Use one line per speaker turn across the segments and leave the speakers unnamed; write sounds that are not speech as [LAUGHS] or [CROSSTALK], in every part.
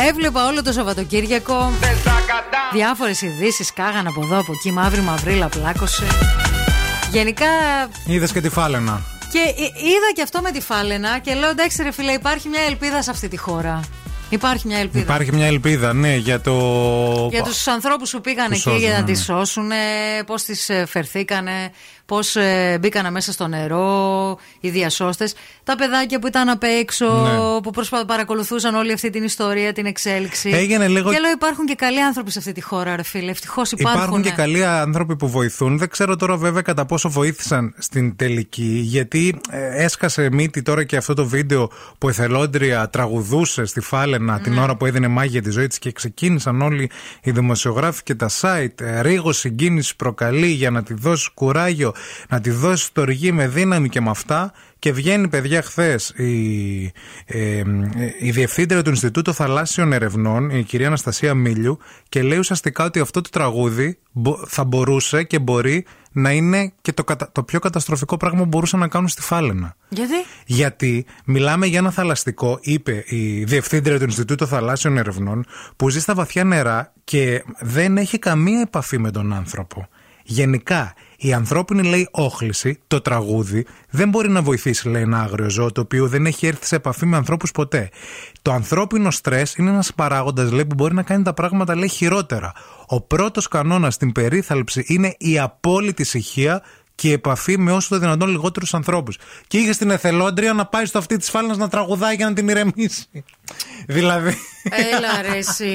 Έβλεπα όλο το Σαββατοκύριακο. Διάφορες ειδήσεις κάγαν από εδώ, από εκεί. Μαύρη μαυρίλα πλάκωσε. Γενικά.
Είδες και τη φάλαινα.
Και είδα και αυτό με τη φάλαινα και λέω εντάξει ρε φίλε υπάρχει μια ελπίδα σε αυτή τη χώρα. Υπάρχει μια ελπίδα.
Υπάρχει μια ελπίδα, ναι, για το.
Για τους ανθρώπους που πήγαν εκεί σώζουν, για να ναι. τη σώσουν, πώς τις ε, φερθήκανε, πώς μπήκαν μέσα στο νερό οι διασώστες. Τα παιδάκια που ήταν απ' έξω, ναι. που προσπα... παρακολουθούσαν όλη αυτή την ιστορία, την εξέλιξη.
Έγινε λίγο.
Και λέω, υπάρχουν και καλοί άνθρωποι σε αυτή τη χώρα, ρε φίλε. Ευτυχώς υπάρχουν.
Υπάρχουν και καλοί άνθρωποι που βοηθούν. Δεν ξέρω τώρα βέβαια κατά πόσο βοήθησαν στην τελική, γιατί ε, έσκασε μύτη τώρα και αυτό το βίντεο που εθελόντρια τραγουδούσε στη Φάλε να, mm. την ώρα που έδινε μάγια τη ζωή της και ξεκίνησαν όλοι οι δημοσιογράφοι και τα site. Ρίγος συγκίνηση προκαλεί για να τη δώσει κουράγιο, να τη δώσει τοργή με δύναμη και με αυτά. Και βγαίνει, παιδιά, χθες η, ε, η διευθύντρια του Ινστιτούτου Θαλάσσιων Ερευνών, η κυρία Αναστασία Μίλιου, και λέει ουσιαστικά ότι αυτό το τραγούδι θα μπορούσε και μπορεί να είναι και το, κατα... το πιο καταστροφικό πράγμα που μπορούσαν να κάνουν στη Φάλαινα.
Γιατί?
Γιατί μιλάμε για ένα θαλαστικό, είπε η διευθύντρια του Ινστιτούτου Θαλάσσιων Ερευνών, που ζει στα βαθιά νερά και δεν έχει καμία επαφή με τον άνθρωπο. Γενικά, η ανθρώπινη λέει όχληση, το τραγούδι, δεν μπορεί να βοηθήσει, λέει, ένα άγριο ζώο το οποίο δεν έχει έρθει σε επαφή με ανθρώπους ποτέ. Το ανθρώπινο στρες είναι ένας παράγοντας, λέει, που μπορεί να κάνει τα πράγματα, λέει, χειρότερα. Ο πρώτος κανόνας στην περίθαλψη είναι η απόλυτη ησυχία και η επαφή με όσο το δυνατόν λιγότερους ανθρώπους. Και είχε την εθελόντρια να πάει στο αυτή τη φάλα να τραγουδάει για να την ηρεμήσει. [LAUGHS] δηλαδή.
Έλα ρε εσύ.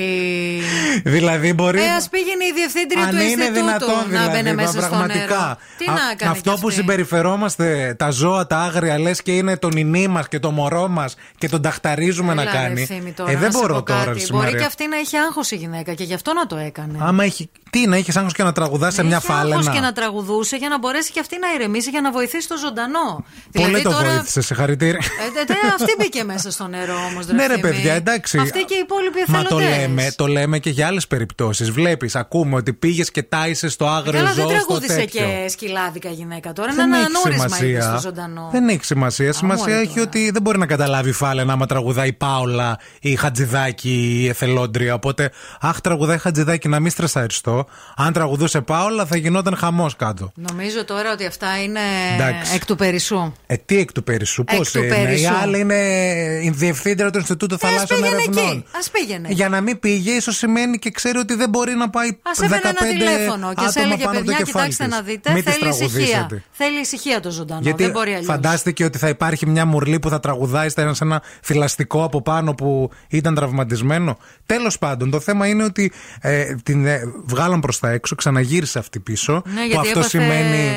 [LAUGHS] δηλαδή μπορεί.
Ε, ας πήγαινε η διευθύντρια
Αν
του
είναι δυνατόν
δηλαδή, να
μπαίνει
μέσα στο
πραγματικά.
νερό. Τι να κάνει.
Αυτό
κι
που
αυτή.
συμπεριφερόμαστε τα ζώα, τα άγρια, λες και είναι το νινί μας και το μωρό μας και τον ταχταρίζουμε
Έλα,
να κάνει.
Ρε, θύμη, τώρα,
ε, δεν
να
μπορώ
σε πω
τώρα.
κάτι.
ρε,
Μπορεί
Μαρία.
και αυτή να έχει άγχος η γυναίκα και γι' αυτό να το έκανε.
Άμα έχει. Τι να έχεις άγχος και να τραγουδάς σε μια
Είχε άγχος
φάλαινα.
και να τραγουδούσε για να μπορέσει και αυτή να ηρεμήσει για να βοηθήσει το ζωντανό.
Πολύ
δηλαδή
το
τώρα.
βοήθησες, συγχαρητήρια.
Ε, τε- τε, αυτή μπήκε μέσα στο νερό όμως.
Ναι, ρε παιδιά, εντάξει.
Αυτή και οι υπόλοιποι
Μα
εθελοντές
το λέμε, το λέμε και για άλλες περιπτώσεις. Βλέπεις, ακούμε ότι πήγες και τάισες στο άγριο
Ε, Καλά,
ζώο.
δεν
στο
τραγούδισε
τέτοιο.
και σκυλάδικα γυναίκα τώρα.
Δεν
είναι ένα
έχει
ανούρισμα
σημασία.
είναι στο ζωντανό. ναι.
Δεν έχει σημασία. Σημασία
μόνο
έχει
τώρα.
ότι δεν μπορεί να καταλάβει η Φάλαινα άμα τραγουδάει η Πάολα ή η Χατζηδάκη ή η Εθελόντρια. Οπότε, αχ, τραγουδάει Χατζηδάκη να μην στρεσαριστώ. Αν τραγουδούσε Πάολα θα γινόταν χαμός κάτω.
Νομίζω τώρα ότι αυτά είναι
Εντάξει.
εκ του περισσού.
Ε, τι εκ του Περισσού,
Εκ
πώς
του
είναι. Η
Περισσού.
άλλη είναι ε, η διευθύντρια του Ινστιτούτου
Ε, ας
Θαλάσσιων
πήγαινε
Ερευνών.
εκεί. Ας πήγαινε.
Για να μην πήγε, ίσως σημαίνει και ξέρει ότι δεν μπορεί να πάει
Ας
15
έβαινε ένα τηλέφωνο και σε
άτομα
έλεγε
πάνω από το
παιδιά,
κεφάλι
κοιτάξτε
της.
να δείτε.
Μην τις
θέλει ησυχία.
τραγουδήσετε.
Θέλει ησυχία το ζωντανό.
Γιατί
δεν μπορεί αλλιώς.
φαντάστηκε ότι θα υπάρχει μια μουρλή που θα τραγουδάει στα- σε ένα θηλαστικό από πάνω που ήταν τραυματισμένο. Τέλος πάντων, το θέμα είναι ότι ε, την ε, βγάλαν προς τα έξω, ξαναγύρισε αυτή πίσω.
Ναι,
που
γιατί
αυτό
έπαθε
σημαίνει.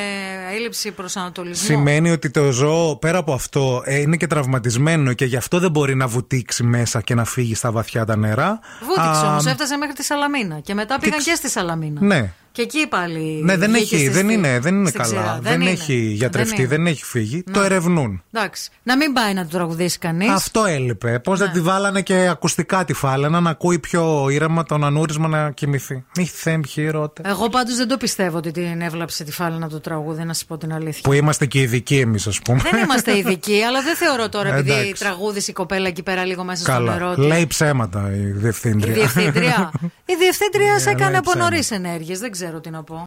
έλλειψη προσανατολισμού.
Σημαίνει ότι το ζώο πέρα από αυτό ε, είναι και τραυματισμένο και γι' αυτό δεν μπορεί να βουτήξει μέσα και να φύγει στα βαθιά τα νερά.
Βούτυξε
Α,
όμως, έφτασε μέχρι τη Σαλαμίνα. Και μετά πήγαν και στη Σαλαμίνα.
Ναι.
Και εκεί πάλι.
Ναι, δεν,
βγήκε
έχει,
στη
δεν
στη-
είναι, δεν είναι
στην
καλά.
ξηρά.
δεν, έχει γιατρευτεί, δεν,
είναι. Ναι.
έχει φύγει. Το ερευνούν.
Εντάξει. Να μην πάει να του τραγουδήσει κανείς.
Αυτό έλειπε. Πώς
Ναι.
δεν τη βάλανε και ακουστικά τη φάλαινα να ακούει πιο ήρεμα τον ανούρισμα να κοιμηθεί. Μη θέμ χειρότε.
Εγώ πάντως δεν το πιστεύω ότι την έβλαψε τη φάλαινα το τραγούδι, να σα πω την αλήθεια.
Που είμαστε και ειδικοί εμείς, ας πούμε.
Δεν είμαστε
[LAUGHS]
ειδικοί, αλλά δεν θεωρώ τώρα επειδή
Ε, Εντάξει.
τραγούδισε η κοπέλα εκεί πέρα λίγο μέσα
Καλά.
στο νερό. της.
Λέει ψέματα η
Η
διευθύντρια. [LAUGHS]
διευθύντρια. η διευθύντρια σε
Ναι,
έκανε
λέει
από
ψέματα.
νωρίς ενέργειες. Δεν ξέρω τι να πω.